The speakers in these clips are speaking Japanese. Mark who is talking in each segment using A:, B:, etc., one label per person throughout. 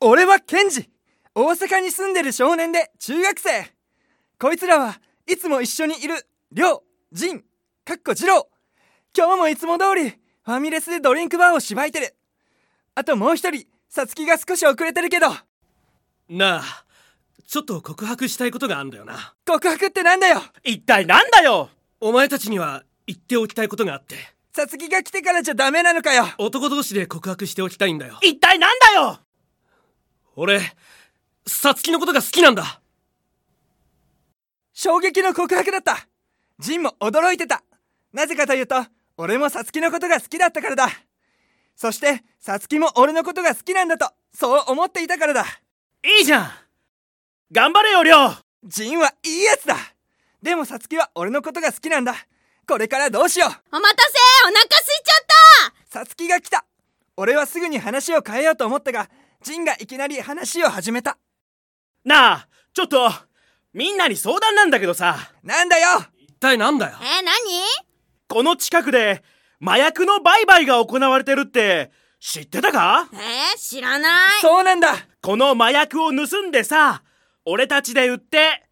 A: 俺はケンジ大阪に住んでる少年で中学生こいつらはいつも一緒にいる亮仁かっこ二郎今日もいつも通りファミレスでドリンクバーをしばいてるあともう一人さつきが少し遅れてるけど
B: なあちょっと告白したいことがあんだよな
A: 告白ってなんだよ
C: 一体なんだよ
B: お前たちには言っておきたいことがあって
A: さつきが来てからじゃダメなのかよ
B: 男同士で告白しておきたいんだよ
C: 一体なんだよ
B: 俺さつきのことが好きなんだ
A: 衝撃の告白だったジンも驚いてたなぜかというと俺もさつきのことが好きだったからだそしてさつきも俺のことが好きなんだとそう思っていたからだ
C: いいじゃん頑張れよ亮
A: ジンはいいやつだでもさつきは俺のことが好きなんだこれからどうしよう
D: お待たせお腹空いちゃっ
A: さつきが来た俺はすぐに話を変えようと思ったがジンがいきなり話を始めた
C: なあちょっとみんなに相談なんだけどさ
A: なんだよ
B: 一体なんだよ
D: たえー、何
C: この近くで麻薬の売買が行われてるって知ってたか
D: えー、知らない
A: そうなんだ
C: この麻薬を盗んでさ俺たちで売って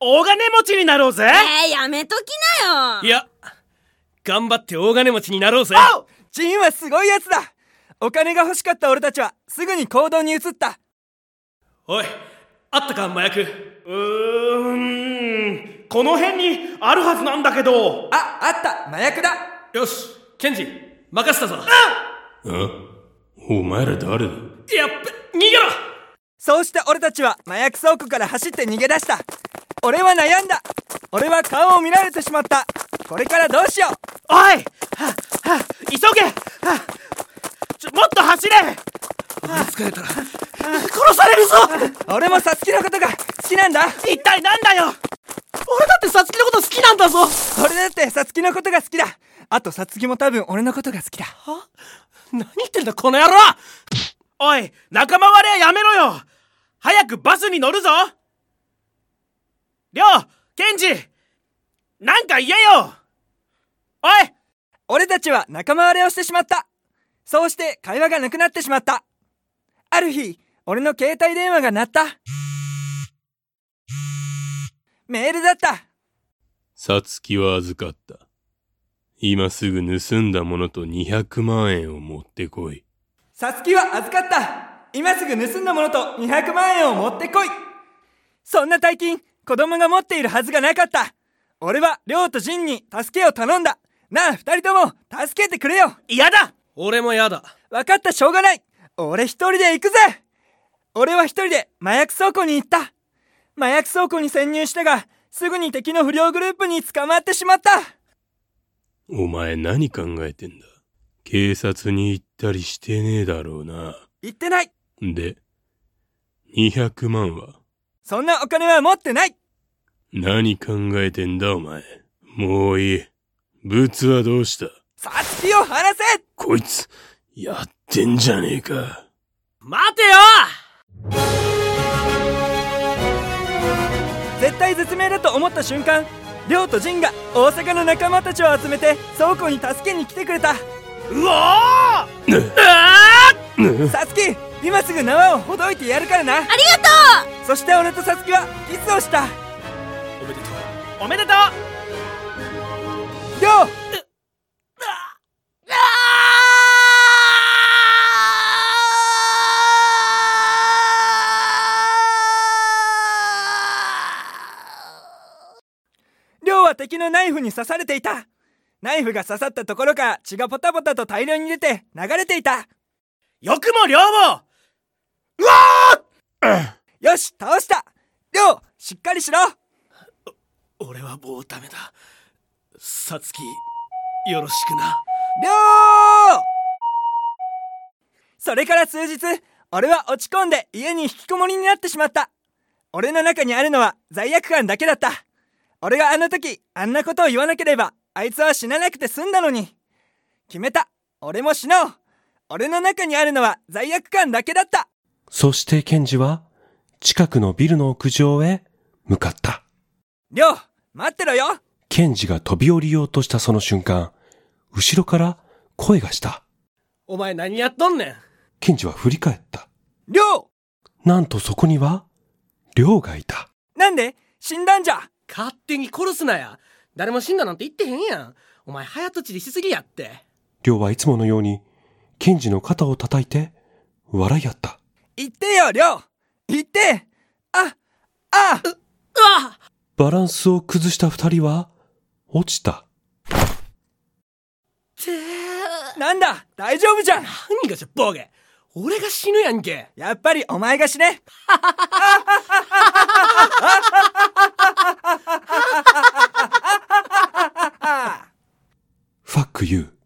C: 大金持ちになろうぜ
D: えー、やめときなよ
B: いや頑張って大金持ちになろうぜ
C: おう
A: ジンはすごいやつだお金が欲しかった俺たちはすぐに行動に移った
B: おいあったか麻薬
C: うーんこの辺にあるはずなんだけど
A: ああった麻薬だ
B: よしケンジ任せたぞ
E: あお前ら誰だ
B: やっべ逃げろ
A: そうして俺たちは麻薬倉庫から走って逃げ出した俺は悩んだ俺は顔を見られてしまったこれからどうしよう
C: おいはっはっ急げはっちょもっと走れ
B: 疲れたら
C: 殺されるぞ
A: 俺もさつきのことが好きなんだ
C: 一体なんだよ俺だってさつきのこと好きなんだぞ
A: 俺だってさつきのことが好きだあとさつきも多分俺のことが好きだ
B: 何言ってんだこの野郎
C: おい仲間割れはやめろよ早くバスに乗るぞりょうケンジなんか言えよおい
A: 俺たちは仲間割れをしてしまったそうして会話がなくなってしまったある日俺の携帯電話が鳴ったメールだった
E: さつきは預かった。今すぐ盗んだものと200万円を持ってこい。
A: さつきは預かった今すぐ盗んだものと200万円を持ってこいそんな大金子供が持っているはずがなかった俺は亮と仁に助けを頼んだなあ二人とも助けてくれよ
C: 嫌だ
B: 俺もやだ
A: 分かったしょうがない俺一人で行くぜ俺は一人で麻薬倉庫に行った麻薬倉庫に潜入したがすぐに敵の不良グループに捕まってしまった
E: お前何考えてんだ警察に行ったりしてねえだろうな。
A: 言ってない
E: で、200万は
A: そんなお金は持ってない
E: 何考えてんだお前。もういい。ブツはどうした
A: さつきを離せ
E: こいつ、やってんじゃねえか。
C: 待てよ
A: 絶対絶命だと思った瞬間亮と仁が大阪の仲間たちを集めて倉庫に助けに来てくれた
C: うおー
A: さつき今すぐ縄をほどいてやるからな
D: ありがとう
A: そして俺とさつきはキスをした
B: おめでとう
C: おめでとう
A: 亮亮は敵のナイフに刺されていたナイフが刺さったところから血がポタポタと大量に出て流れていた
C: よくもりょうも
A: よし倒した亮しっかりしろ
B: 俺はもうダメださつきよろしくな
A: りょうそれから数日俺は落ち込んで家に引きこもりになってしまった俺の中にあるのは罪悪感だけだった俺があの時あんなことを言わなければあいつは死ななくて済んだのに決めた俺も死のう俺の中にあるのは罪悪感だけだった
F: そしてケンジは近くのビルの屋上へ向かった。
A: りょう待ってろよ
F: ケンジが飛び降りようとしたその瞬間、後ろから声がした。
B: お前何やっとんねん
F: ケンジは振り返った。
A: りょう
F: なんとそこには、亮がいた。
A: なんで死んだんじゃ
C: 勝手に殺すなや誰も死んだなんて言ってへんやんお前早とちりしすぎやって
F: 亮はいつものように、ケンジの肩を叩いて、笑い合った。
A: 言ってよ、りょう言ってあ、あ
F: バランスを崩した二人は、落ちた。
A: なんだ大丈夫じゃん
C: 何がじゃボケ俺が死ぬやんけ
A: やっぱりお前が死ね
F: ファックユー。